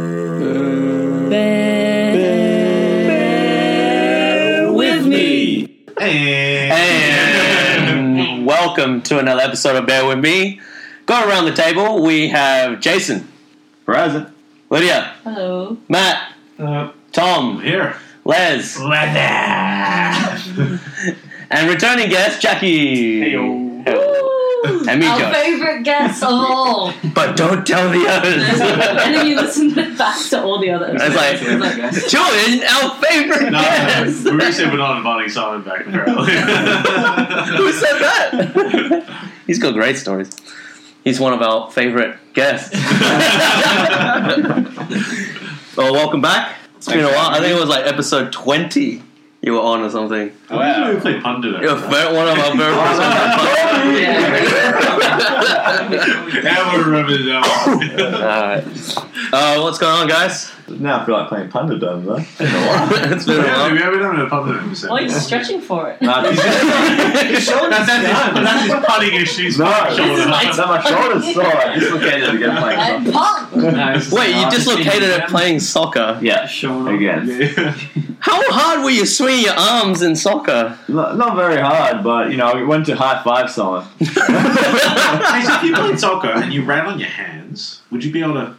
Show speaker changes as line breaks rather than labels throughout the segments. Burn.
with me.
And welcome to another episode of Bear With Me. Going around the table, we have Jason,
Horizon.
Lydia,
Hello.
Matt,
Uh,
Tom,
here.
Les, and returning guest Jackie.
Heyo.
And me,
Our
Josh.
favourite guest of all.
But don't tell the
and
others.
then you listen back to all the others.
It's like- Jordan, our favorite
No,
guest.
uh, we were saying we're not inviting Simon back apparently.
Who said that? He's got great stories. He's one of our favorite guests. well, welcome back. It's been a while. I think it was like episode 20 you were on or something.
Wow. Oh, We play pundit.
You're
actually.
ver- one of our very first ones.
Now we remember now.
Alright. Uh, what's going on, guys?
Now I feel like playing Panda Dome, though.
it's been a
Yeah,
while.
we haven't done a pundit episode.
Why are you stretching for it?
Nah, these-
That's, that's, his, that's his putting issues.
No.
This is my-
no, my shoulder's sore. I dislocated again playing
And punk!
Wait,
oh,
you dislocated it playing soccer.
Yeah, again.
How hard were you swinging your arms in soccer?
Not, not very hard, but you know, I went to high five someone.
Actually, if you played soccer and you ran on your hands, would you be able to?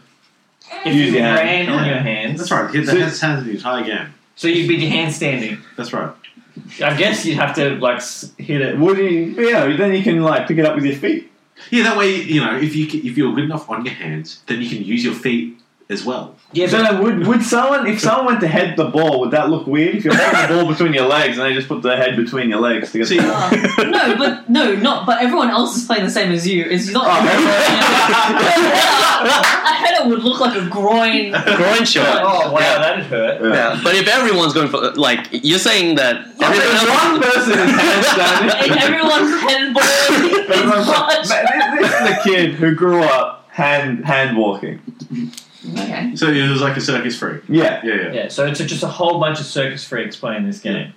Use your hand.
ran on your
That's
hands.
right. Hit the hands, hands the entire game.
So you'd be your hand standing.
That's right.
I guess you'd have to like s- hit it.
Would you? Yeah, then you can like pick it up with your feet.
Yeah, that way you know if you c- if you're good enough on your hands, then you can use your feet as well.
Yeah,
So then would would someone if someone went to head the ball, would that look weird? If you're holding the ball between your legs and they just put their head between your legs to get
See,
the
Uh, no, but no, not. But everyone else is playing the same as you. It's not.
Oh,
a header would look like a groin.
Groin shot.
oh wow,
Yeah.
that'd hurt.
Yeah, but if everyone's going for like, you're saying that everyone
There's one
else.
person
And
in handstanding.
everyone's headball is much.
Man, This, this is a kid who grew up hand hand walking.
Okay.
so it was like a circus freak.
Yeah.
Yeah, yeah.
Yeah, so it's just a whole bunch of circus freaks playing this game.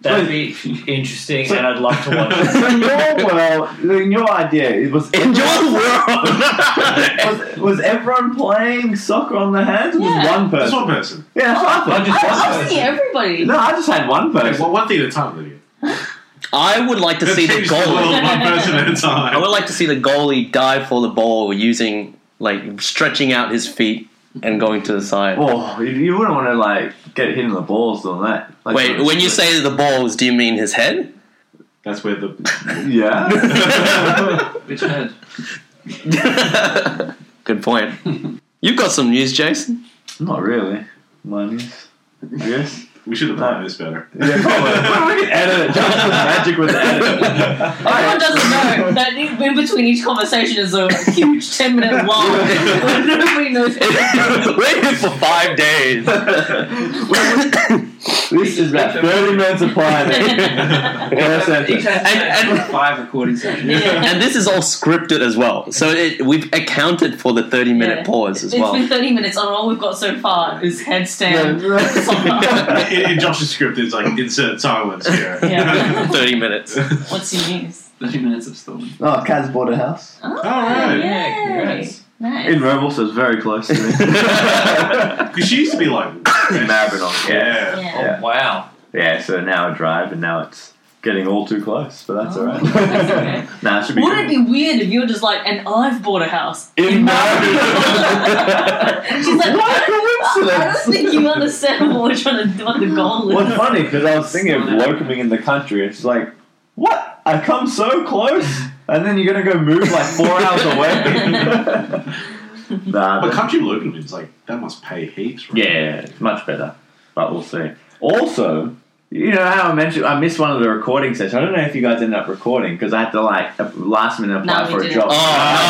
That'd be interesting,
So-
and I'd love to watch it.
So in your world, in your idea, it was
In your world!
was, was everyone playing soccer on their hands? Or was
Yeah.
one
Just
person?
one person.
Yeah, that's what I
Not
thought.
just
I,
one
I was
person.
thinking everybody.
No, I just had one
Okay,
person.
well, one thing at a time, Lydia.
I would like to see the
Change world
goalie.
one person at a time.
I would like to see the goalie dive for the ball using, like, stretching out his feet and going to the side.
Oh, you, you wouldn't want to like get hit in the balls on that. Like,
Wait, when you say the balls, do you mean his head?
That's where the
yeah,
Which head?
Good point. You've got some news, Jason.
not really. Mine is. I guess.
we should have planned this better.
Yeah, probably. we can edit it. Just the magic with the edit.
Everyone doesn't know that in between each conversation is a huge ten minute lull where nobody knows.
Waited for five days.
This is about 30 minutes of planning. One sentence.
And- and-
five recording sessions.
Yeah.
And this is all scripted as well, so it, we've accounted for the thirty-minute
Yeah.
pause as
It's
well.
been 30 minutes and all we've got so far is headstand.
Yeah.
in, in Josh's script, it's like insert silence here.
Yeah.
Thirty minutes.
What's your news?
30 minutes of storm.
Oh, Kaz bought a house.
Oh,
right.
yay.
Yeah, congrats.
Nice.
In Rebel, so it's very close to me.
Because she used to be like
Mabinock,
Yeah.
yeah.
Yeah.
Oh, wow.
Yeah, so now I drive, and now it's getting all too close, but that's
Oh,
alright.
that's okay.
nah, it should be
Wouldn't it
good.
be weird if you were just like, and I've bought a house?
In
She's like,
What
I don't- I don't
coincidence!
think you understand what we're trying to, what the goal is.
What's funny, because I was thinking of welcoming in the country, it's like, what? I've come so close, and then you're gonna go move like four hours away? nah,
But
but,
country locum is like, that must pay heaps, right?
yeah, it's much better, but we'll see. Also, you know how I mentioned I missed one of the recording sessions. I don't know if you guys ended up recording because I had to like last minute apply
No, we
for a
didn't.
job.
Oh no,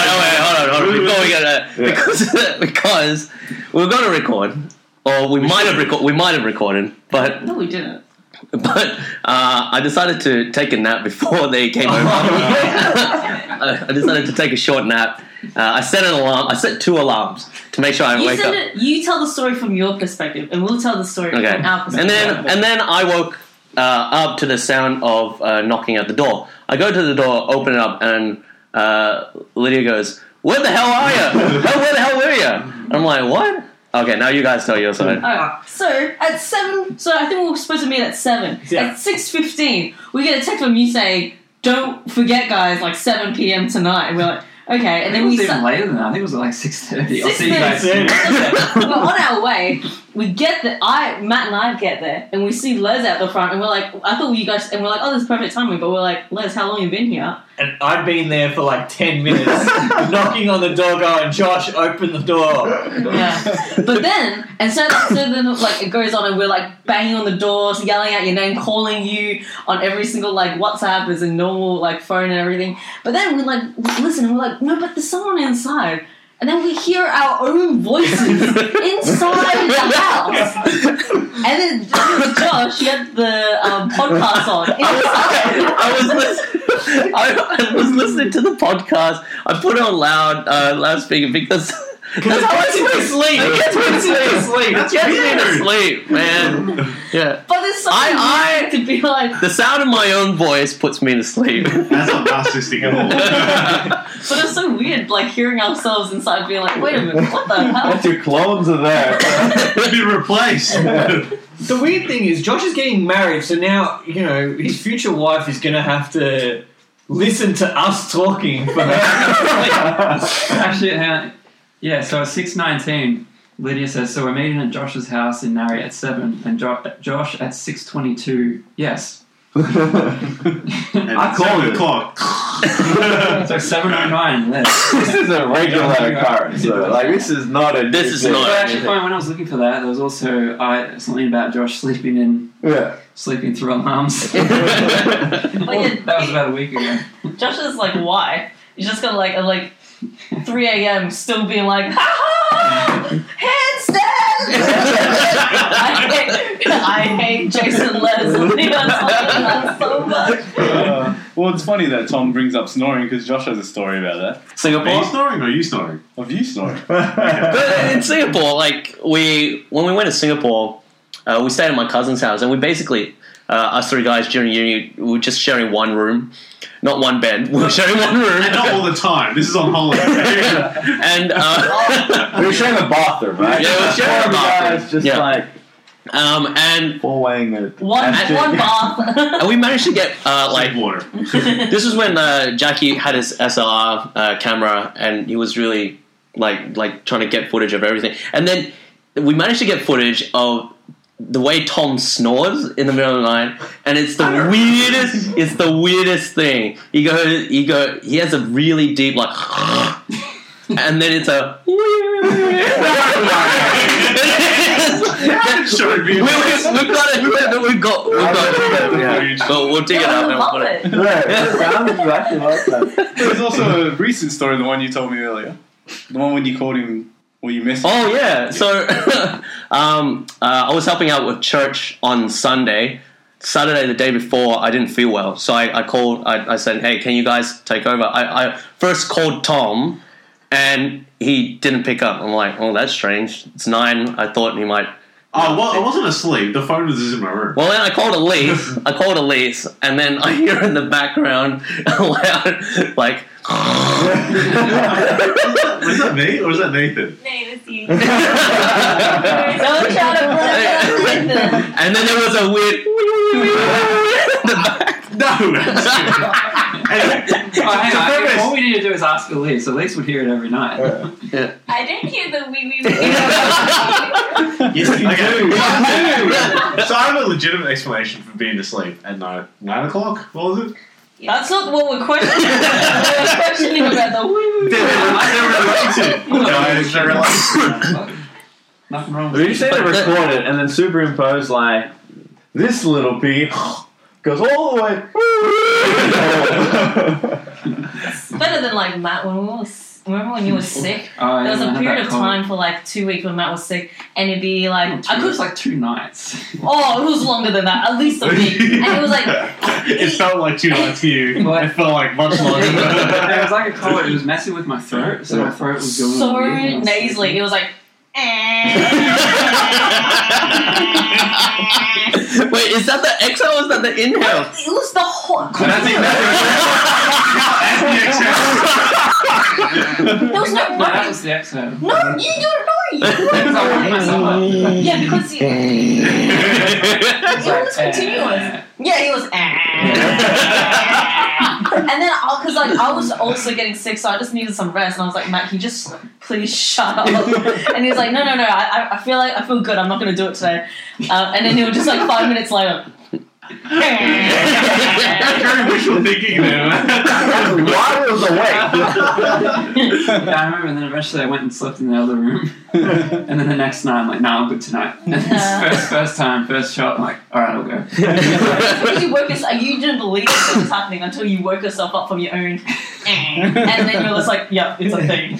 no, wait, hold on, hold on. Before we get that,
Yeah.
because because we're gonna record, or we might have record, we might have recorded, but
No, we didn't.
but uh, I decided to take a nap before they came over. I I decided to take a short nap. Uh, I set an alarm. I set two alarms to make sure I
You,
wake
said
up.
it, you tell the story from your perspective, and we'll tell the story
Okay,
from our
and
perspective.
then and then I woke uh, up to the sound of uh, knocking at the door. I go to the door, open it up, and uh, Lydia goes, Where the hell are you? Hell, where the hell were you? And I'm like, what? Okay, now you guys tell your side.
Alright, Oh, so at seven, so I think we were supposed to meet at seven.
Yeah.
At six fifteen, we get a text from you saying, "Don't forget, guys, like seven p.m. tonight." And we're like, "Okay," and
I think
then
it
we
was even
sa-
later than that. I think it was like six thirty. I'll see you
6:30.
guys. soon.
we're on our way. We get there. I Matt and I get there, and we see Les out the front, and we're like, "I thought you guys," and we're like, "Oh, this is perfect timing." But we're like, "Les, how long you been here?"
And I'd been there for like 10 minutes, knocking on the door going, Josh, open the door.
Yeah. But then, and so, so then, like, it goes on, and we're like banging on the doors, yelling out your name, calling you on every single like WhatsApp as a normal like phone and everything. But then we like listen, and we're like, no, but there's someone inside. And then we hear our own voices inside the house. And then Josh, he had the um, podcast on inside.
I was listening. I, I was listening to the podcast. I put it on loud uh, loudspeaker because that's how I sleep. It gets me to sleep. It
That's
gets me
weird.
to sleep, man. Yeah,
But there's someone
I-
to be like,
the sound of my own voice puts me to sleep.
That's not narcissistic at all.
but it's so weird, like hearing ourselves inside, being like, wait a minute, what the hell?
But your clones are there.
We've been replaced.
The weird thing is, Josh is getting married, so now, you know, his future wife is going to have to listen to us talking for her.
Actually, uh, yeah. So at six nineteen, Lydia says, "So we're meeting at Josh's house in Nari at seven, and jo- Josh at six twenty-two. Yes,
And
I
it's
called
seven
it.
o'clock.
so seven oh nine. Yes.
this is a regular occurrence. So, like, this is not a.
This is
new
But
not-
actually, fine, when I was looking for that, there was also uh, something about Josh sleeping in,
thing. Yeah.
sleeping through alarms.
Like, it-
Oh, that was about a week ago.
Josh is like, why? You just got like at like 3 a.m. still being like, ha ha! Handstand! I, hate, I hate Jason Les and Leon Sutherland so much.
Uh, well, it's funny that Tom brings up snoring because Josh has a story about that.
Are you
Singapore.
snoring or are you snoring?
Of you snoring.
But in Singapore, like we when we went to Singapore, uh, we stayed at my cousin's house, and we basically uh, us three guys during uni we were just sharing one room, not one bed. We were sharing one room,
And not all the time. This is on holiday.
and uh,
We were sharing a bathroom, right?
Yeah, we were sharing a
Four
bathroom.
Guys just
Yeah.
like
um, and
four weighing it.
One,
That's
one
it.
bath.
and we managed to get uh, like
Like water.
this is when uh, Jackie had his SLR uh, camera, and he was really like like trying to get footage of everything. And then we managed to get footage of the way Tom snores in the middle of the night, and it's the weirdest. It's the weirdest thing. You go, you go. He has a really deep like. And then it's a. we've,
Showing me.
we've got it. We've got. We've got.
Yeah.
Oh,
But we'll dig it
Yeah,
up
I
and
love
put it.
it.
Yeah, it sounds exactly like that.
There's also a recent story, the one you told me earlier. The one when you called him, or you messaged
Oh yeah. So um, uh, I was helping out with church on Sunday. Saturday, the day before, I didn't feel well, so I, I called. I, I said, "Hey, can you guys take over?" I, I first called Tom, and he didn't pick up. I'm like, "Oh, that's strange." It's nine. I thought he might.
Oh, well, I wasn't asleep. The phone was just in my room.
Well, then I called Elise. I called Elise, and then I hear in the background loud, like.
Was that me or was that Nathan?
Don't shout at Brad Pitt.
and then there was a weird. in the back.
No. anyway,
Oh, hang
So
on,
there is-
all we need to do is ask Elise. Elise would hear it every night.
I didn't hear the wee wee wee.
yes, you
do.
I do. so I have a legitimate explanation for being asleep at nine, nine o'clock. What was it?
That's not what we're questioning. we're questioning about the woo.
There there were related. No, there were
Nothing wrong with
We just need to
But the-
record it and then superimpose like this little bee goes all the way.
It's better than like Matt when we were. s- Remember when you were sick?
Oh,
There was
yeah, I
a
had
period
that
of
cold.
time for like two weeks when Matt was sick, and it'd be like I
It
could
was like two nights.
Oh, it was longer than that, at least a week. And it was like,
it felt like two nights to you.
What?
It felt like much longer.
it was like a cold. It was messing with my throat, so my throat was going
so
weird. and I was
nasally. It was like, eh.
Wait, is that the exhale or is that the inhale?
it was the whole.
That's the exhale.
There was no
No, that
break.
was the episode.
No, you don't know. You don't know. yeah, because he, it was
uh,
continuous. Yeah, he was. "Ah." and then, because like I was also getting sick, so I just needed some rest. And I was like, Matt, can you just please shut up? and he was like, No, no, no. I, I- I feel like I feel good. I'm not going to do it today. Uh, and then he was just like five minutes later.
Very wishful thinking there.
While I was
Yeah, I remember. And then eventually I went and slept in the other room.
awake.
And then the next night, I'm like, nah, I'm good tonight. And this
Yeah.
first, first time, first shot, I'm like, all right, I'll go.
Because you woke us, like, you didn't believe that it was happening until you woke yourself up from your own. and then you were just like, Yep, it's a thing.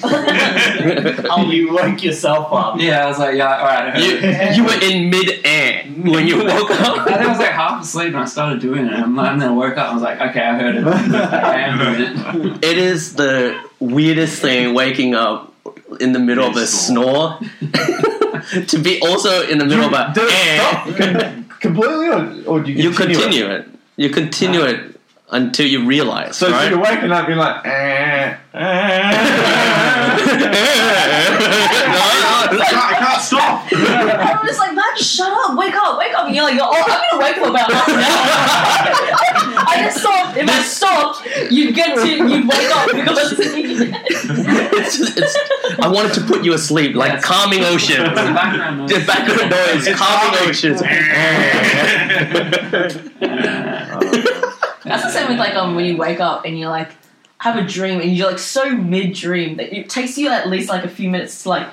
Oh, you woke yourself up.
Yeah, I was like, yeah, all right. I heard
you,
it.
you were in mid air when you woke
I think I was
up.
like half asleep and I started doing it. And then I woke up and I was like, okay, I heard it. I am doing it.
It is the weirdest thing waking up in the middle of a snore to be also in the middle of a.
Did it stop
"Eh."
com- completely, or, or do you
You
continue?
continue
it?
it. You continue it until you realize,
So,
right?
you're waking up, you're like, eh, eh.
No, no, no.
I can't stop.
And I'm just like, Matt, shut up, wake up, wake up. And you're like, oh, I'm gonna wake up about half an hour. I just stopped. If I stopped, you'd get to, you'd wake up because
It's just- it's- I wanted to put you asleep, like
Yes.
calming
It was the
oceans.
background noise.
The background noise,
It's
calming
calming.
oceans.
That's the same with like um when you wake up and you're like have a dream and you're like so mid dream that it takes you at least like a few minutes to like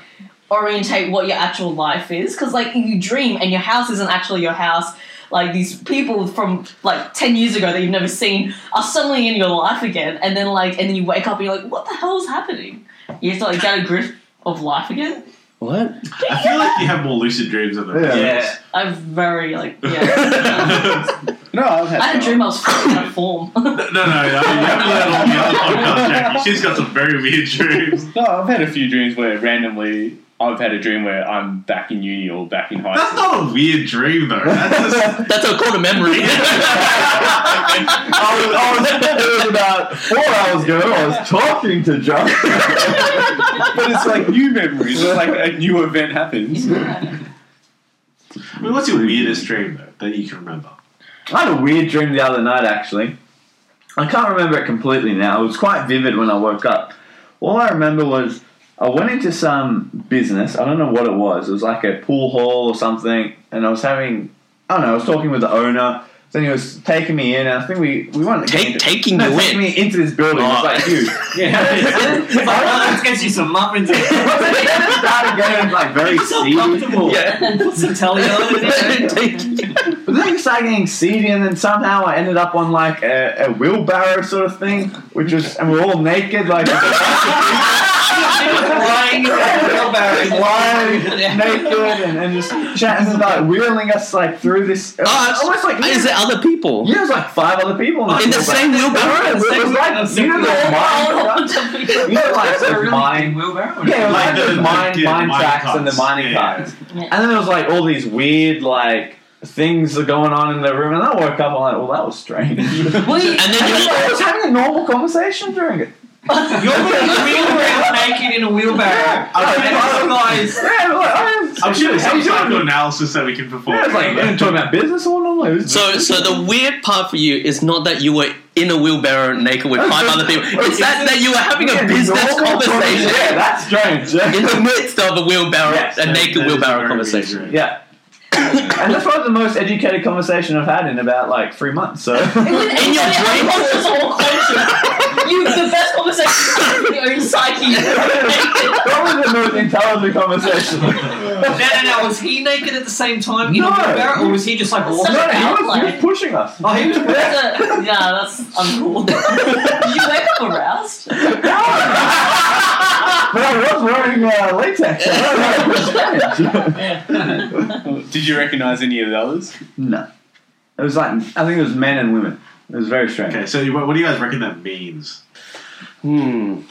orientate what your actual life is because like you dream and your house isn't actually your house. Like these people from like ten years ago that you've never seen are suddenly in your life again, and then like and then you wake up and you're like, what the hell's happening? You have to like get a grip of life again.
What?
I feel like you have more lucid dreams than the
Yeah.
Yeah.
I'm very like yeah.
no, I've had
I had a dream I was falling out of form.
No, no, no. You haven't let on the other podcast, Jackie. She's got some very weird dreams.
No, I've had a few dreams where randomly I've had a dream where I'm back in uni or back in high
That's
school.
not a weird dream, though. That's just.
That's a called a memory.
I was,
Oh,
I was, it was about four hours ago. I was talking to Josh.
but it's like new memories. It's like a new event happens.
I mean, what's your weirdest dream, though, that you can remember?
I had a weird dream the other night, actually. I can't remember it completely now. It was quite vivid when I woke up. All I remember was I went into some business. I don't know what it was. It was like a pool hall or something. And I was having, I don't know, I was talking with the owner. Then he was taking me in. And I think we, we wanted to get
Take,
into,
taking
no,
you
taking
in.
me into this building. It was
Oh.
like huge.
Yeah. it's like, well, let's get you some muffins.
It just started getting like very
so
seedy.
comfortable.
Yeah.
Put some telly on it.
Take-
But then it started getting seedy, and then somehow I ended up on like a, a wheelbarrow sort of thing, which was, and we're all naked, like
lying in the wheelbarrow.
lying naked, and, and just chatting about wheeling us like through this. It was
Oh, it's-
almost like
Is it other people?
yeah, it was like five other people in,
In the same
wheelbarrow. It
wheelbarrow?
was like you know the mine, you know like
Is it a
the
really
mine.
big wheelbarrow?
Yeah, it was like,
Like the-
the, mine,
yeah,
mine
mine
tracks and the
carts.
mining
Yeah.
carts.
Yeah.
And then there was like all these weird like things that are going on in the room, and I woke up. I'm like, well, that was strange. and then
Well, you-
And then
I was having a normal conversation during it.
You're putting a wheelbarrow naked in a wheelbarrow.
I was
And
like,
this guy's-
yeah, I'm like, oh,
I'm sure there's
how
some
you
kind of
doing?
analysis that we can perform.
Yeah, it's like, you talking about business or what? I'm like,
So, so the weird part for you is not that you were in a wheelbarrow naked with five other people. It's that that you were having a
Yeah,
business
normal
conversation
Yeah, that's strange.
in
Yeah.
the midst of a wheelbarrow,
Yes,
a
That- that
naked
is a
wheelbarrow
very
conversation.
weird dream.
yeah. and that's probably the most educated conversation I've had in about like three months. So
In your dreams?
unconscious or conscious. You the best conversation with your own psyche.
probably the most intelligent conversation.
No, no, no. Was he naked at the same time in
No.
a wheelbarrow, or was he just like
No,
walking?
no,
Something
he was,
about,
he
like-
was pushing us.
Oh, he was.
yeah, that's uncool. Did you wake up aroused?
but I was wearing uh, latex. so I don't know if it's
Did you recognize any of the others?
strange. no, it was like I think it was men and women. It was very strange.
Okay, so what, what do you guys reckon that means?
Hmm.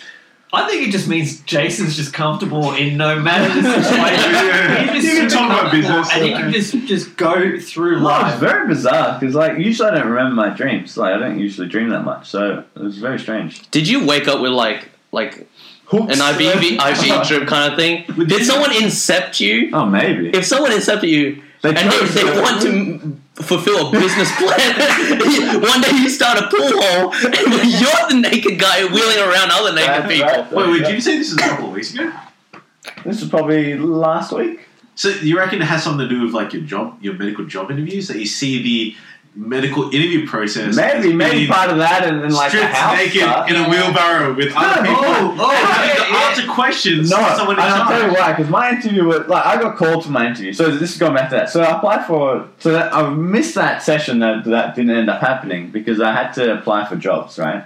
I think it just means Jason's just comfortable in no matter the situation. He's just
You can
super
talk about
comfortable
business. uh,
and he can just just go through
No, it was
life.
very bizarre because like usually I don't remember my dreams. Like I don't usually dream that much, so it was very strange.
Did you wake up with like like
Hooks.
an IV IV drip kind of thing. Did someone incept you?
Oh, maybe.
If someone incepted you
They
and
tried
they, they
to-
want to m- fulfill a business plan, one day you start a pool hall and you're the naked guy wheeling around other naked
That's
people.
right.
Wait, wait, did you say this was a couple of weeks ago?
This is probably last week.
So you reckon it has something to do with like your job, your medical job interviews that you see the medical interview process? as
Maybe, maybe
being
part of that, and then like the
stripped
house
naked
stuff.
in a wheelbarrow with other people.
oh, oh,
and having
yeah,
to
yeah.
answer questions.
No,
to
and
someone in
I'll
charge.
tell you why. Because my interview was like I got called to my interview. So this is going back to that. So I applied for. So that, I missed that session that that didn't end up happening because I had to apply for jobs, right?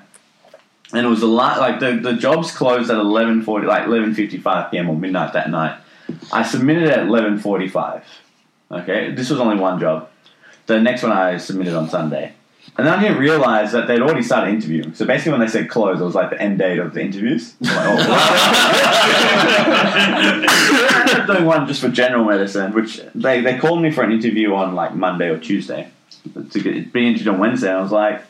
And it was a lot. Like the, the jobs closed at eleven forty, like eleven fifty five p.m. or midnight that night. I submitted at eleven forty five. Okay, this was only one job. The next one I submitted on Sunday. And then I didn't realize that they'd already started interviewing. So basically, when they said close, it was like the end date of the interviews. I'm like, oh, I ended up doing one just for general medicine, which they, they called me for an interview on like Monday or Tuesday to get, be interviewed on Wednesday. And I was like,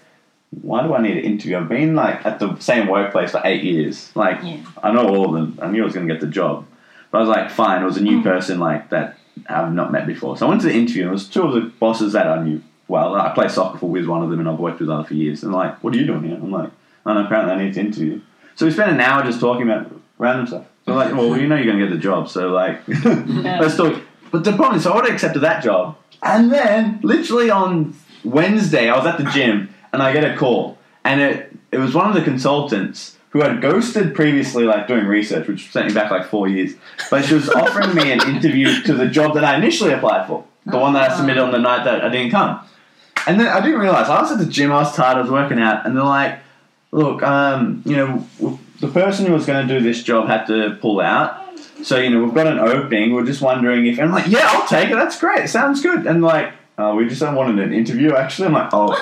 why do I need an interview? I've been like at the same workplace for eight years. Like
Yeah.
I know all of them. I knew I was going to get the job, but I was like, fine. It was a new person like that I've not met before. So I went to the interview and it was two of the bosses that I knew. Well, I play soccer for with one of them and I've worked with other for years. And like, what are you doing here? I'm like, and apparently I need to interview. you." So we spent an hour just talking about random stuff. So like, well, you know you're going to get the job, so like, let's talk. But the problem is, I already accepted that job, and then literally on Wednesday, I was at the gym and I get a call, and it it was one of the consultants who had ghosted previously, like doing research, which sent me back like four years. But she was offering me an interview to the job that I initially applied for, the one that I submitted on the night that I didn't come. And then I didn't realize I was at the gym, I was tired, I was working out, and they're like, "Look, um, you know, w- the person who was going to do this job had to pull out." So you know, we've got an opening. We're just wondering if. And I'm like, yeah, I'll take it. That's great. Sounds good. And like, uh, we just wanted an interview. Actually, I'm like, oh.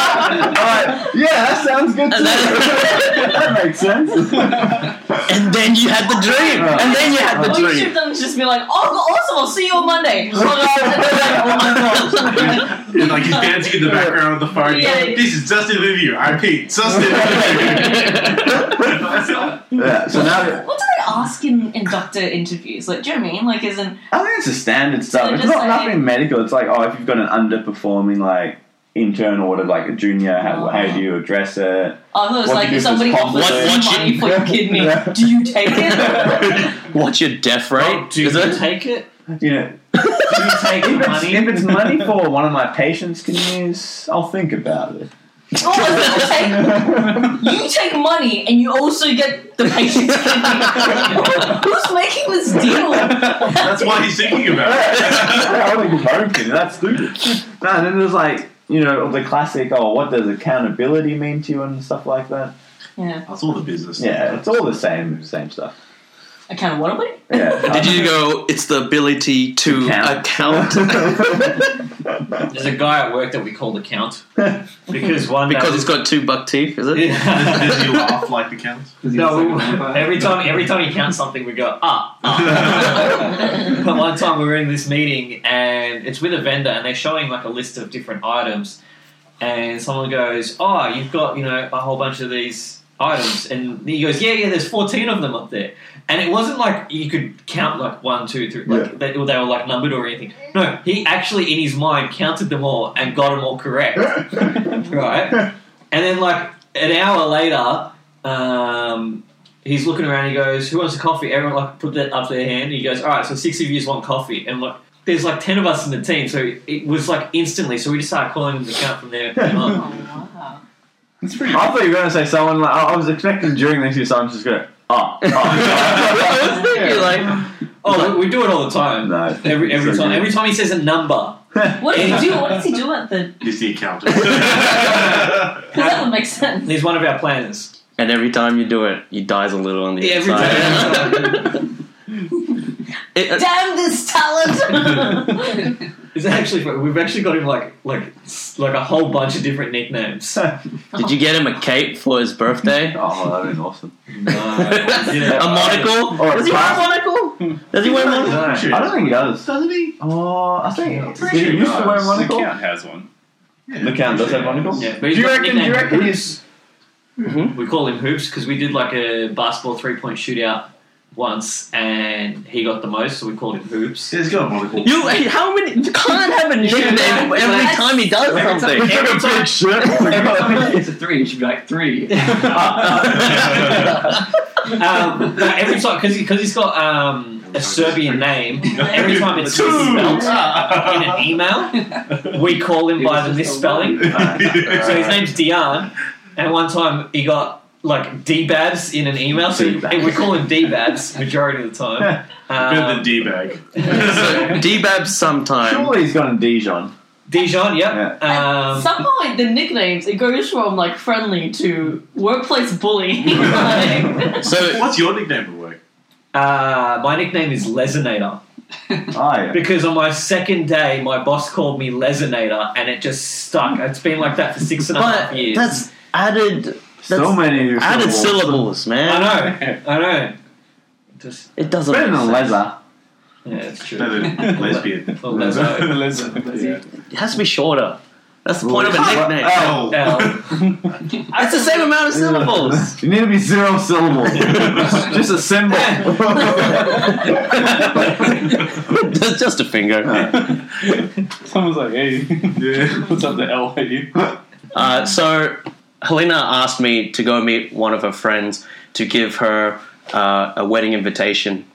I'm like, yeah, that sounds good. Too. that makes sense.
And then you had the dream. And then you had the
Or you should
dreee.
them just be like, oh, awesome, I'll see you on Monday.
And like he's dancing in the background of the fire.
Yeah.
This is Dustin Vivier. I Pete. Dustin Vivier.
yeah. So now
What do they ask in, in doctor interviews? Like, do you know what I mean? Like, isn't
I think it's a standard stuff.
So
it's
just
not
like-
nothing medical. It's like, oh, if you've got an underperforming like intern or like a junior,
Oh,
how, how do you address it?
I thought it was
What
like
do you
if
do if
somebody
it's
offers
popular?
you
What- what
money
you-
for your kidney,
Yeah.
do you take it?
What's your death
Oh,
rate?
do
Is
you
it?
take it?
You know,
Do you take
if it's,
money?
if it's money for one of my patients can use, I'll think about it.
Oh, I was gonna say, you take money and you also get the patient's kidney. Who's making this deal?
That's why he's thinking about it.
yeah, I want to give home kid. That's stupid. No, and then there's like you know the classic. Oh, what does accountability mean to you and stuff like that?
Yeah,
That's all the business.
Yeah, it's all the same, same stuff.
I kind of want to win.
Yeah.
Did you go? It's the ability to account,
Account.
There's a guy at work that we call the count because one
because it's got two buck teeth. Is it?
Does, does
Yeah.
he laugh like the count?
Because
No, we- every time every time he counts something, we go ah. ah. but one time we were in this meeting, and it's with a vendor, and they're showing like a list of different items, and someone goes, "Oh, you've got you know a whole bunch of these items," and he goes, "Yeah, yeah, there's 14 of them up there," and it wasn't like you could count like one, two, three, like they, they were like numbered or anything. No, he actually in his mind counted them all and got them all correct, right? And then like an hour later, um, he's looking around. He goes, "Who wants a coffee?" Everyone like put that up their hand. He goes, "All right, so six of you want coffee." And like, there's like ten of us in the team, so it was like instantly. So we just started calling him the count from there. on.
Oh, wow.
It's
I
pretty.
thought you were gonna say someone. Like, I I was expecting during the interview someone's just gonna ah. ah.
I was thinking like,
Oh, we, we do it all the time.
no.
Every every
ah." So
time,
good.
every time he says a number.
What does he do? What does he do at the?
He's the account.
Because that would make sense.
He's one of our planners.
and every time you do it, he dies a little on the
Every
inside. It- uh,
Damn this talent!
Is actually we've actually got him like like s- like a whole bunch of different nicknames.
did you get him a cape for his birthday?
Oh, that'd been awesome.
a monocle?
Or a
Does he wear a
pass-
monocle? Does he wear a monocle?
I don't think he does.
Doesn't he?
Oh, I
Pretty
think did
sure
he
he
used to
does.
wear a
The
monocle.
count has one.
The count does have monocle.
yeah, but
Do
he's
you
got
reckon? Mm-hmm. Do you
nicknames.
reckon he's?
Mhm.
We call him Hoops because we did like a basketball three point shootout once, and he got the most, so we called him Hoops.
He's got a monocle.
You how many? You can't have a nickname
have-
every
that's-
time he does
every time-
something.
Every time-
Every time he gets a three, you should be like three.
Ah. um, no, every time because he, cause he's got um, a Serbian name. Every time it's
Two.
misspelled
Ah.
in an email, we call him
It
by
was
the
just a one.
Uh,
misspelling. So his name's Dion, and one time he got like D-Babs in an email, so
D-Babs.
we call him D-Babs majority of the time.
Better than
Um,
D bag.
so Debab sometime.
Surely he's gone to Dijon.
Dijon, yep. Um,
Some point the nicknames it goes from like friendly to workplace bullying. like,
So
What's your nickname at work?
uh, my nickname is Lesinator.
Oh, yeah.
Because on my second day, my boss called me Lesinator, and it just stuck. It's been like that for six and a half
but
years.
that's added
so
that's
many
added
syllables.
syllables,
I
man.
know, I know. Just
It doesn't.
Better
make
than
sense.
leather.
yeah, it's true.
Better than lesbian.
Or Leso.
Yeah.
It has to be shorter. That's the point of a
Well,
nickname.
L.
L.
It's the same amount of syllables.
You need to be zero syllables. Just a symbol.
Just- Just a finger.
Someone's like, hey,
Yeah.
what's up, the L at you?
Uh, so Helena asked me to go meet one of her friends to give her uh, a wedding invitation.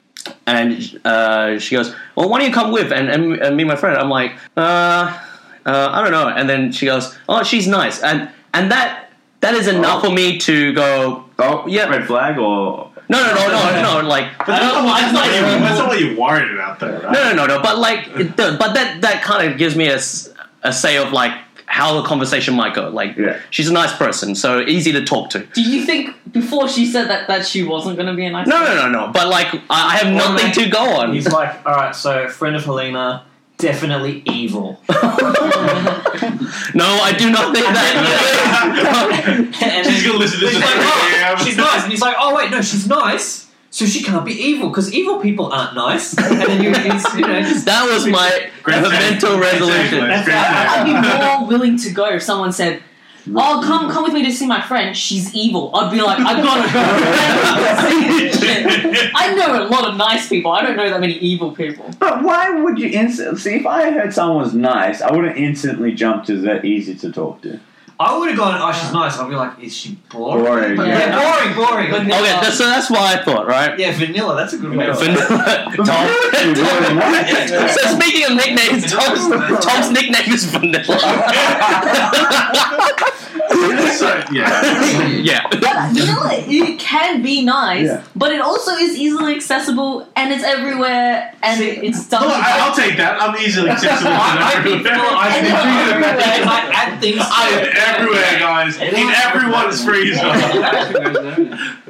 And uh, she goes, "Well, why don't you come with and and, and me and my friend?" I'm like, uh, uh, "I don't know." And then she goes, "Oh, she's nice," and and that that is enough for me to go.
Oh,
Yeah.
Red flag or.
No, no, no, no, no. Like,
That's not what- that's not what you-
no,
that's not what you're worried about, though, right?
no, no, no. But like, it does, but that that kind of gives me a, s- a say of like how the conversation might go. Like,
Yeah.
she's a nice person, so easy to talk to.
do you think before she said that that she wasn't going to be a nice?
No, no, no, no. But like, I I have
Well,
nothing
mate,
to go on.
Um, He's like, all right, so friend of Helena, definitely evil.
no, I do not think that.
and
She's
then
gonna listen to this.
he's
and
like,
be like,
oh,
"Yeah."
she's nice, and he's like, oh wait, no, she's nice. So she can't be evil because evil people aren't nice. And then you, it's, you know, just,
that was my
Great
mental resolution.
Exactly.
I'd be more willing to go if someone said, "Oh, come, come with me to see my friend. She's evil." I'd be like, "I gotta go." I know a lot of nice people. I don't know that many evil people.
But why would you instantly. See, if I heard someone was nice, I wouldn't instantly jump to they're easy to talk to.
I would have gone, oh, she's nice. I'd be like, is she boring?
Boring,
Yeah,
yeah.
boring, boring.
But
Okay, that's, so that's what I thought, right?
Yeah, vanilla. That's a good way.
Vanilla. Tom. Tom. so speaking of nicknames, Tom's, Tom's nickname is Vanilla.
So, yeah.
yeah.
But vanilla, it can be nice,
Yeah.
but it also is easily accessible and it's everywhere and
See,
it's
Look,
done.
I- I'll take that. I'm easily accessible. to
I, I think vanilla ice cream
And
is
everywhere.
because I add things. to
I
it.
am everywhere, guys. In everyone's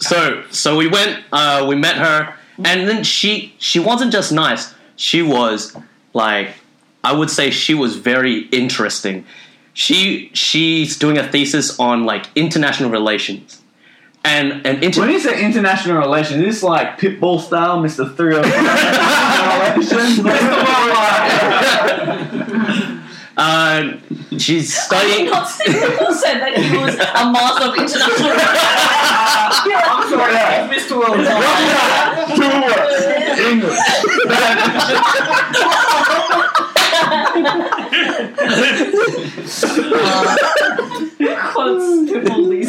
freezer.
Um, so so we went, uh, we met her, and then she she wasn't just nice. She was like, I would say she was very interesting. She she's doing a thesis on like international relations, and and inter-
When you say international relations, is this like Pitbull style, Mr. 305
uh, she's
I
studying.
not said that he was a master of international relations.
I'm sorry, if Mr. World.
English.
Quotes to police.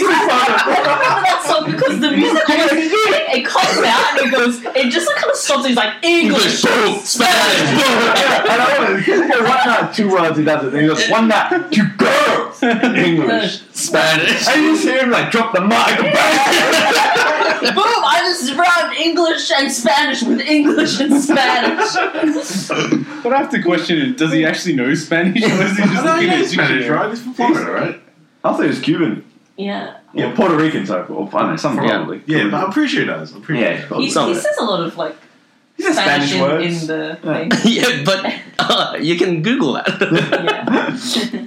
that song because the music always it comes out and it goes it just like kind of stops and he's like
English,
English
boom, Spanish, boom.
and I was one night, two words, he does it. And he goes, one night, two girls, English.
Spanish.
And you just hear him like drop the mic.
boom I just rubbed English and Spanish with English and Spanish
Oh,
But I have to question it. Does he actually know Spanish? Or is he
I
just
know
looking
you
at
know Spanish, right? It's from Florida, right?
I thought he was Cuban.
yeah
Yeah, Puerto Rican, so forth. I don't know, some
Yeah.
probably.
Yeah, but I'm pretty sure it does. I'm pretty
Yeah,
sure.
he,
probably.
he says a lot of like
He says
Spanish, in,
words.
in the
Yeah.
thing
yeah, but uh, you can Google that.
yeah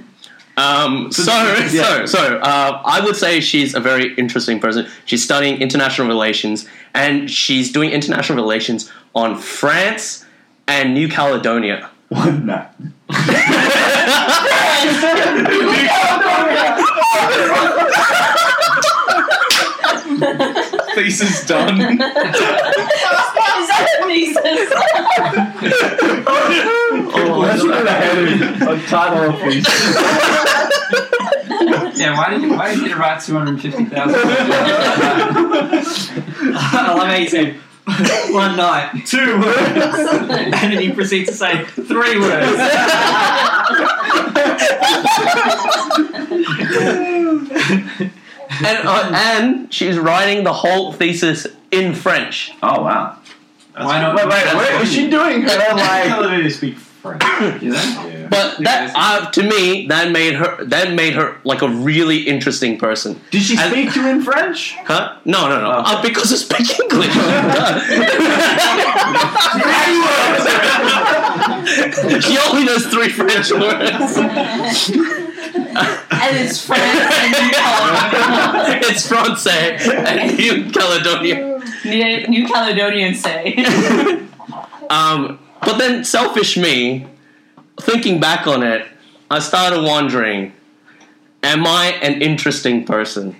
Um, so,
yeah.
so, so, uh, I would say she's a very interesting person. She's studying international relations, and she's doing international relations on France and New Caledonia.
One night.
Thesis done.
Is that a thesis?
Oh, that's what I had in a title of these.
Yeah, why did you, why did you write two hundred fifty thousand?
I love how you said one night,
Two words.
and then you proceed to say three words.
and, uh, and she's writing the whole thesis in French.
Oh wow.
Why not?
Wait, wait, wait. Is she doing her
Tell
like?
them they speak French.
You know?
Yeah.
But that, uh, to me, that made her that made her like a really interesting person,
Did she
And-
speak to you in French?
huh? No, no, no.
Oh.
Uh, because I speak English. she only knows three French words.
and it's France and New Caledonia.
it's France and New Caledonia.
New, New Caledonian say.
Um, but then, selfish me, thinking back on it, I started wondering: Am I an interesting person?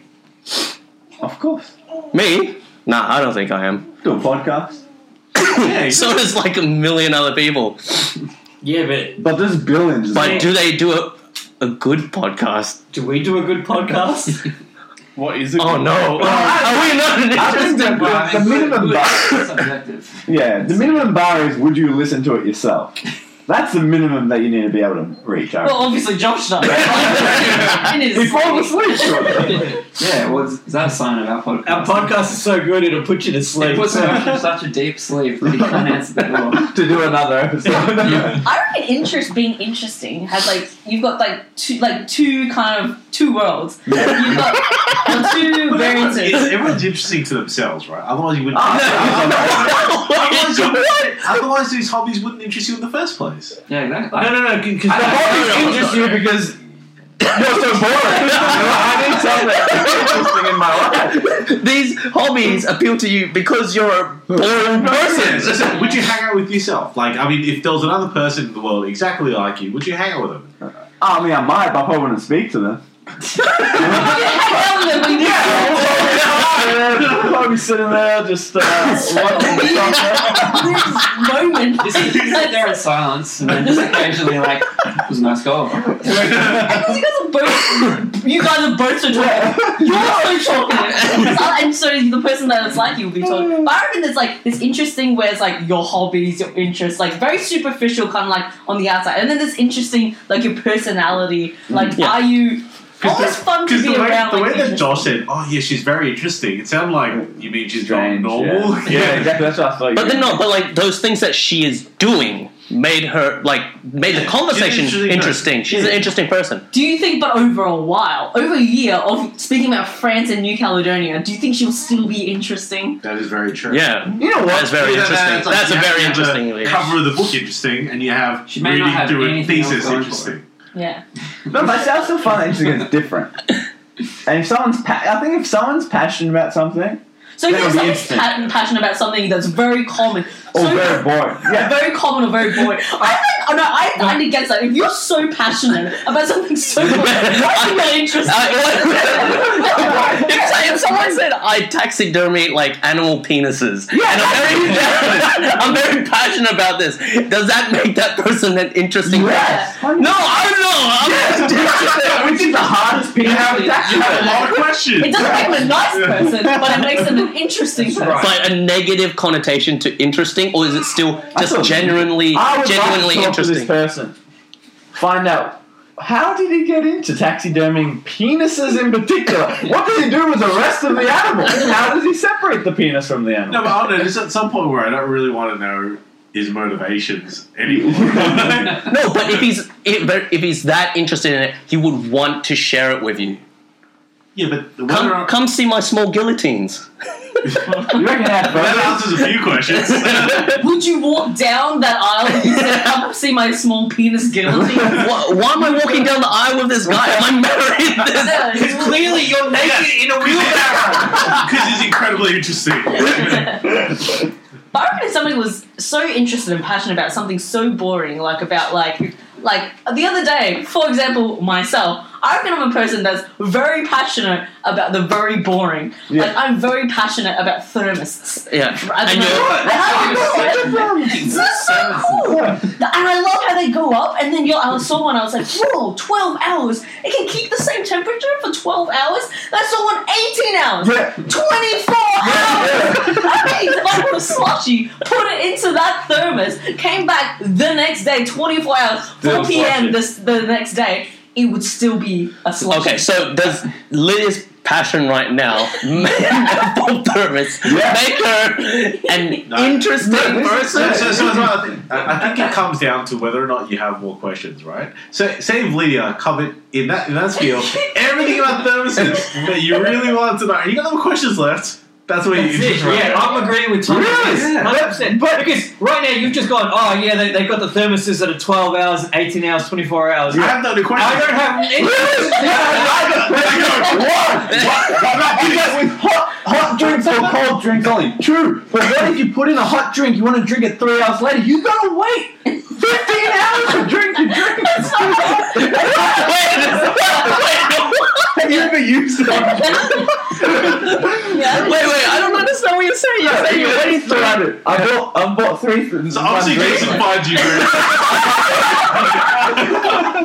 Of course.
Me? Nah, I don't think I am.
Do a podcast.
So does like a million other people.
Yeah, but
But there's billions.
But do they do a, a good podcast?
do we do a good podcast?
What is it?
Oh no! Are we not an
I think
interesting?
the,
Well,
the, the minimum bar.
it's subjective.
Yeah, the minimum bar is would you listen to it yourself? That's the minimum that you need to be able to reach. I
well,
reckon.
obviously Josh does. In his
He falls
sleep.
asleep shortly.
Yeah, well, is is that a sign of our podcast?
Our podcast is so good it'll put you to
It
sleep.
puts him in such a deep sleep that he can't answer the door.
to do another episode.
Yeah.
I reckon interest being interesting has like you've got like two like two kind of two worlds.
Yeah.
You've got the two
But everyone's,
variances.
everyone's interesting to themselves, right? Otherwise, you wouldn't.
What?
Otherwise, you-
What?
otherwise, these hobbies wouldn't interest you in the first place.
Yeah, exactly.
no, no, no, because
I-
All these
no, no,
interest
no.
you because you're so boring. I need something interesting in my life.
These hobbies appeal to you because you're a boring person.
Listen, would you hang out with yourself? Like, I mean, if there was another person in the world exactly like you, would you hang out with them?
I mean, I might, but I probably wouldn't speak to them.
yeah.
I'd probably be sitting there just uh, watching something.
moment.
Just sit there in silence and then just occasionally like, it was a nice goal.
Because you guys are both you guys are both so talkative. You're so talkative. So- and so the person that is like you will be talking. But I reckon there's like this interesting where it's like your hobbies, your interests, like very superficial kind of like on the outside. And then there's interesting like your personality. Like
Yeah.
are you
the-
always fun to
Because
be
the way,
around
the way
like,
that Josh said, "Oh yeah, she's very interesting," it sounded like you mean she's not normal.
Yeah. Yeah, exactly. That's what I thought.
But
you
then no, but like those things that she is doing made her like made the
Yeah,
conversation
she's an interesting
interesting. She's an interesting person.
Do you think, but over a while, over a year of speaking about France and New Caledonia, do you think she'll still be interesting?
That is very true.
Yeah.
You know
That's
what?
very
Yeah,
interesting.
it's like
That's
you
a
have
very
to have the
interesting lead.
cover of the book interesting, and you have
She may not
reading
have
through a
anything else
thesis
going for
interesting.
Yeah.
No, but I still- I still find it interesting. It's different. And if someone's, pa- I think if someone's passionate about something,
So if
That'll
you're
be
someone's
interesting.
pat- passionate about something that's very common,
or
so
very boring, yeah,
very common or very boring. I think, oh no, I kind of get that. If you're so passionate about something so boring, why is it not interesting?
I- if, if someone said I taxidermy like animal penises, yeah, and I'm very, I'm very passionate about this, does that make that person an interesting?
yes.
person? No, I don't know. I'm-
Which is the hardest piece of
You have a
that?
lot of questions.
it doesn't make them a nice person, but it makes them an interesting person.
It's like a negative connotation to interesting, or is it still just
thought-
genuinely,
I would
genuinely
like to talk to this
interesting?
person. Find out how did he get into taxiderming penises in particular? what does he do with the rest of the animal? How does he separate the penis from the
No,
animal?
but I don't know. There's at some point where I don't really want to know his motivations anymore.
No, but if he's if, but if he's that interested in it, he would want to share it with you.
yeah, but the
Come,
whether I-
come see my small guillotines.
You reckon
that
that photos?
answers a few questions.
Would you walk down that aisle and you said, "Come see my small penis guillotine"?
Why, why am I walking down the aisle with this guy? Am I married? This?
No, you would-
Clearly, you're naked in a wheelbarrow.
Because he's incredibly interesting.
but But I reckon if somebody was so interested and passionate about something so boring, like about like like the other day, for example, myself, I reckon I'm a person that's very passionate about the very boring.
Yeah.
Like I'm very passionate about thermists.
Yeah.
I don't
And
know.
you're-
And I don't know. That's so cool. And I love how they go up, and then you'll, I saw one, I was like, whoa, 12 hours. It can keep the same temperature for 12 hours? That's saw one 18 hours.
Yeah.
24 hours! I mean, like a slushy, put it into that thermos, came back the next day, 24 hours, 4
Still
p.m.
slushy.
This, the next day, it would still be a slushy.
Okay, so does Lydia's passion right now for thermos
Yeah.
make her an
No.
interesting
No, this is-
So,
person?
so, so as well, I, think, I I think it comes down to whether or not you have more questions, right? So, say if Lydia covered in that in that spiel everything about thermoses that you really want to know, and you got no questions left. That's where you
That's it.
right
Yeah,
there.
I'm agreeing with Tom.
Really? Yeah.
Hundred percent.
But-
Because right now you've just gone. Oh yeah, they, they've got the thermoses that are twelve hours, eighteen hours, twenty-four hours.
I have no other
I
questions.
don't have any.
Hot drinks or cold drinks only. True. But what if you put in a hot drink, you want to drink it three hours later, you gotta wait 15 hours to drink your drink. Have you ever used that?
Yeah.
Wait, wait, I don't understand what you're saying. You're saying you're waiting for
I bought, I bought three things.
So obviously, Jason finds you.
I,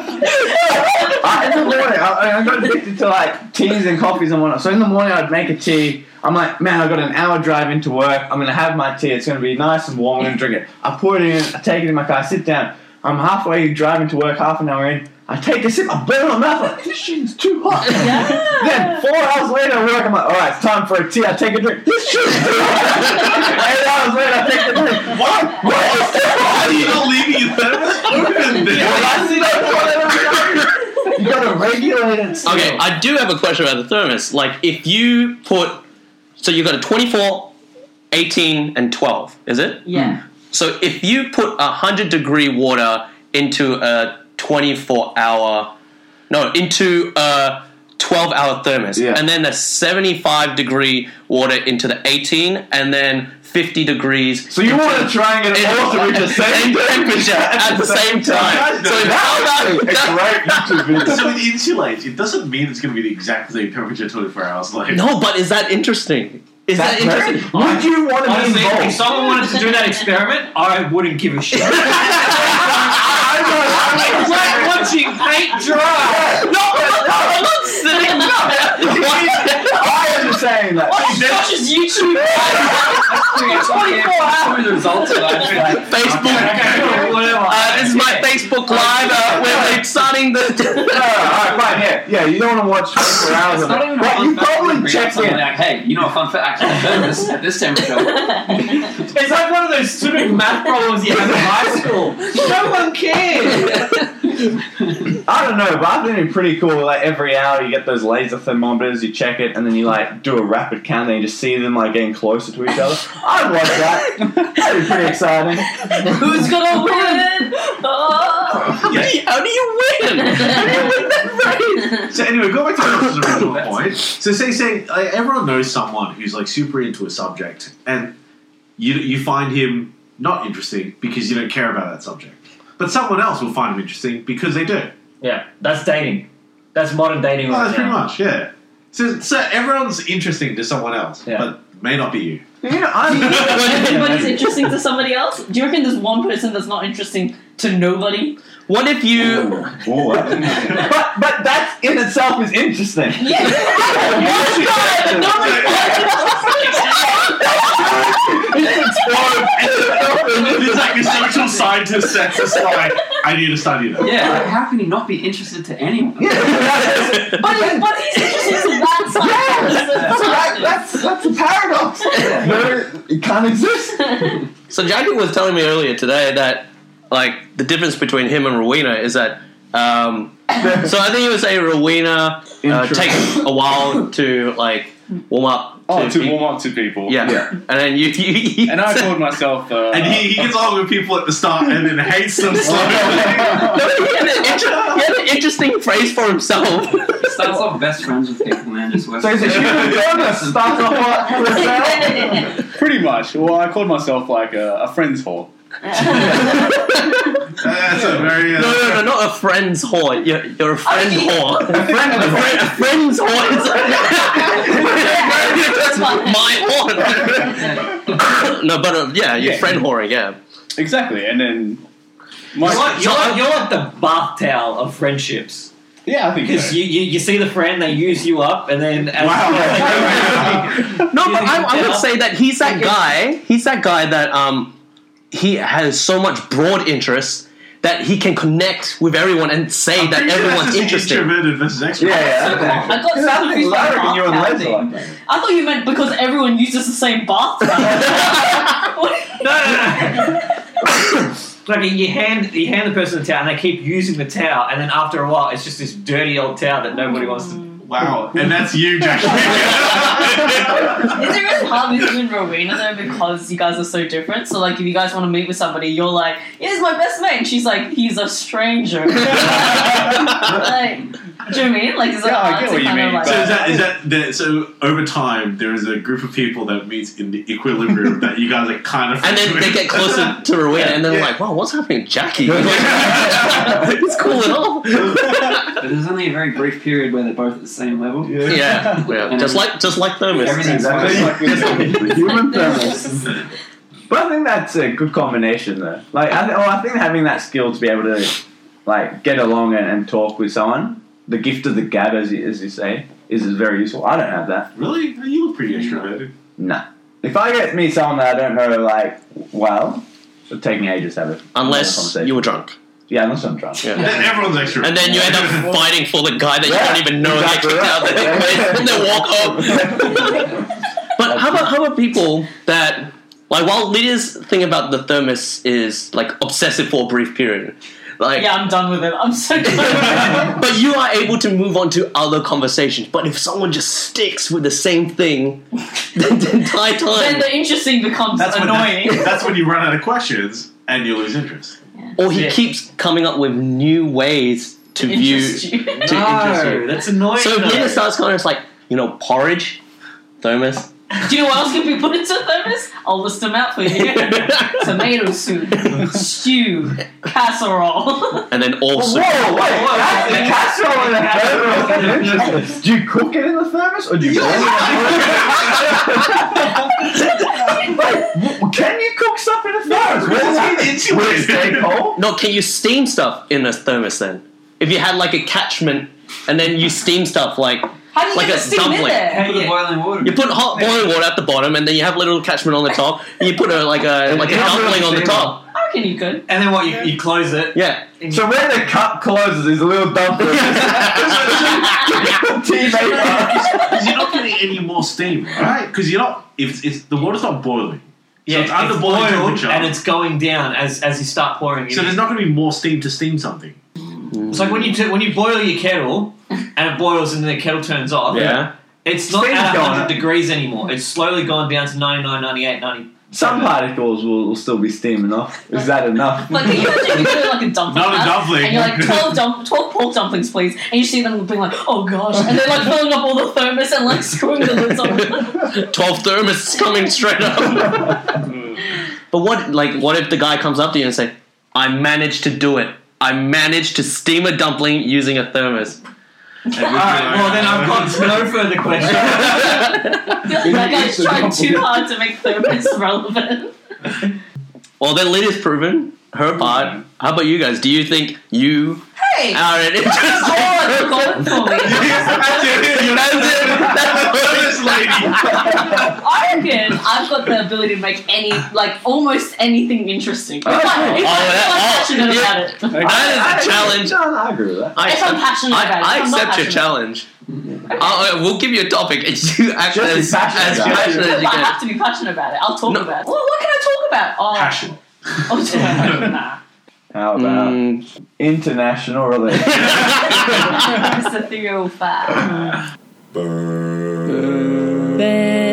Ah, in the morning, I, I got addicted to like teas and coffees and whatnot. So in the morning, I'd make a tea. I'm like, man, I've got an hour drive into work. I'm gonna have my tea. It's gonna be nice and warm. I'm gonna drink it. I pour it in. I take it in my car. I sit down. I'm halfway driving to work, half an hour in. I take a sip. I burn my mouth. Like, this shit is too hot. Then four hours later, I work. I'm like, all right, it's time for a tea. I take a drink. This shit is too hot. Eight hours later, I take a drink. What? What is too
Why
hot?
are you not leaving your thermos open?
Well,
There?
that's not what I'm You gotta regulate it. still.
Okay, I do have a question about the thermos. Like, if you put, so you've got a 24, 18, and 12, is it?
Yeah.
So if you put a 100 degree water into a 24 hour, no, into a 12 hour thermos,
Yeah.
and then a 75 degree water into the 18, and then 50 degrees.
So you want to try and
in-
get all to reach the same
same temperature at the same time. So if- how
That's
about
a great YouTube video.
So it insulates. It doesn't mean it's going to be the exact same temperature 24 hours later.
No, but is that interesting? Is that,
That's
interesting?
crazy. Would you want to be
Honestly, if
involved?
someone wanted to do that experiment, I wouldn't give a shit. It's like watching paint dry.
No, I'm not sitting up.
I am saying that.
Josh's YouTube.
Some of the results are like,
Facebook.
Whatever.
Uh, this is my Facebook Live. Uh, we're like signing
No,
the.
alright, fine, yeah, yeah. You don't want to watch 24 hours of
It's not
it.
even a
But
fun
you
fact when
probably
bring up
checked
something
in.
Like, hey, you know a fun fact? I can do this at this temperature.
It's like one of those stupid math problems you have in high school. No one cares.
I don't know, but I think it's pretty cool. Like every hour, you get those laser thermometers, you check it, and then you like do a rapid count, and you just see them like getting closer to each other. I'd watch that. That'd be pretty exciting.
Who's gonna win? Oh.
How do you- How do you win? How do you win that race?
So anyway, go back to Josh's original point. So say say like, everyone knows someone who's like super into a subject, and you you find him not interesting because you don't care about that subject. But someone else will find him interesting because they do.
Yeah, that's dating. That's modern dating
Well,
right
Oh, that's pretty
now.
much yeah. So so everyone's interesting to someone else,
Yeah.
but may not be you.
You know, I'm.
Do you think everybody's interesting to somebody else? Do you reckon there's one person that's not interesting to nobody?
What if you?
Ooh, that's interesting. but but that in itself is interesting.
Yeah. Oh
It's exploded.
it's like a social scientist that's just like I need to study that.
Yeah, how can he not be interested to anyone?
But, he, but he's interested to that
That's right,
side.
that's that's a paradox. No, it can't exist.
So Jackie was telling me earlier today that like the difference between him and Rowena is that um, So I think you would say Rowena uh, takes a while to like warm up.
oh, to
peop-
warm up to people.
Yeah.
Yeah.
and then you, you
And I called myself. Uh,
And he, he gets along with people at the start and then hates them slowly.
No, he had, an inter- he had an interesting phrase for himself.
Starts off best friends with people and then just works.
So he's a human donor. Start off like with
pretty much. Well, I called myself like a, a friend's whore.
That's a very. Uh,
No, no, no, not a friend's whore. You're, you're a friend
Oh, yeah.
whore. A
friend
friend, a friend's whore. Is
That's fine.
my whore. no, but uh, yeah, you're
Yeah.
friend whoring. Yeah,
Exactly. And then. My,
You're like, you're, like, you're like the bath towel of friendships.
yeah, I think so.
Because you, you, you see the friend, they use you up, and then. As
no, but I, I
Yeah.
would say that he's that
Okay.
guy. He's that guy that um, he has so much broad interests that he can connect with everyone and say
I'm
that
pretty sure that's
everyone's
just
interested.
Introverted versus extrovert.
Yeah, yeah.
I got so confused by
I reckon
bath
you're on
towel
laser
thing.
like that.
I thought you meant because everyone uses the same bath towel.
No, no, no. like you hand you hand the person the towel, and they keep using the towel, and then after a while, it's just this dirty old towel that nobody wants to.
Wow. And that's you, Josh.
Is it really hard with you and Rowena though because you guys are so different? So like if you guys want to meet with somebody, you're like, here's my best mate and she's like, he's a stranger. like do you know what I mean? Like is it
Yeah, I
hard
get
to
what you
kind
mean,
of
So
like
is that is that the, so over time there is a group of people that meets in the equilibrium that you guys are kind of
And then they get closer to Rowena, and they're
Yeah.
like, "Wow, what's happening, to Jackie? it's cooling off."
But there's only a very brief period where they're both at the same level.
yeah, yeah, just like just like Thermos.
Everything's
Exactly.
fine.
Like with human thermos.
Thermos.
But I think that's a good combination, though. Like, I, th- well, I think having that skill to be able to, like, get along and, and talk with someone, the gift of the gab, as you, as you say, is, is very useful. I don't have that.
Really? You look pretty extroverted.
Nah. If I get meet someone that I don't know, like, well, it'll take me ages to have it.
Unless you were drunk,
Yeah, unless I'm drunk.
yeah.
Then everyone's extroverted.
and then you end up fighting for the guy that
Yeah,
you don't even know. and
exactly
they kick
right.
out the- and they walk off. But how about how about people that like while Lydia's thing about the thermos is like obsessive for a brief period, like
Yeah, I'm done with it. I'm so done with it.
but you are able to move on to other conversations. But if someone just sticks with the same thing the entire
Then
time,
the interesting becomes
That's when
annoying.
That, that's when you run out of questions and you lose interest.
or he
Yeah.
keeps coming up with new ways to view.
Interests you.
To interest you.
Oh, that's annoying.
So
though.
if Lydia starts calling us like you know porridge, thermos.
Do you know what else can be put into a thermos? I'll list them out for you. Tomato soup, stew, casserole.
and then all
Whoa,
soup.
whoa,
whoa,
that's
whoa.
the casserole in the thermos. do you cook it in the thermos or do you boil it? in the thermos? Like, w- can you cook stuff in a thermos? Will it happen? Will it stay cold?
No, can you steam stuff in a thermos then? If you had like a catchment and then you steam stuff like
How do you
Like
get
a
the steam in
dumpling.
Put the
there?
boiling water.
you put hot boiling water at the bottom and then you have a little catchment on the top and you put a like a like a
Yeah.
dumpling on the top.
I reckon you could.
and then what? You, you close it.
Yeah.
So when the cup closes, there's a little dumpling. Tea maker.
Because you're not getting any more steam, right? Because you're not. If it's the water's not boiling, so it's under boiling
boiled,
temperature,
and it's going down as as you start pouring. it
so
in.
there's not going to be more steam to steam something.
It's like when you t- when you boil your kettle and it boils and the kettle turns off.
Yeah.
It's not
Steam's
at
gone
100
up.
degrees anymore. It's slowly gone down to 99, 98, 90.
Some particles will, will still be steaming off. Is that enough?
Like, can you imagine if you do like a dumpling?
Not a
house,
dumpling.
And you're like, 12, dump- 12 pork dumplings, please. And you see them being like, oh gosh. And they're like filling up all the thermos and like screwing the lids on.
Twelve thermos coming straight up. but what like what if the guy comes up to you and say, I managed to do it. I managed to steam a dumpling using a thermos.
Alright, well then I've got no further questions.
I feel like you guys tried too hard to make thermos relevant.
Well then Lydia's proven
Mm-hmm.
her part. How about you guys? Do you think you
Hey!
are an
that's
interesting
all I've got for me.
this lady.
I reckon I've got the ability to make any, like almost anything interesting. If, I, if, I,
Oh, that-
if I'm passionate
oh,
about it.
That is a challenge.
No, no, I agree with that.
I
If I'm passionate
I,
about it.
I
if I'm not
accept your
passionate.
challenge. I'll, uh, we'll give you a topic and you act as,
Just be passionate
as
about it.
passionate as
But
you
I
can.
have to be passionate about it. I'll talk
No.
about it. Well, what can I talk about? Oh,
Passion.
I'll talk about it. Nah.
How about
Mm.
international relations?
it's a real fact.
Ben.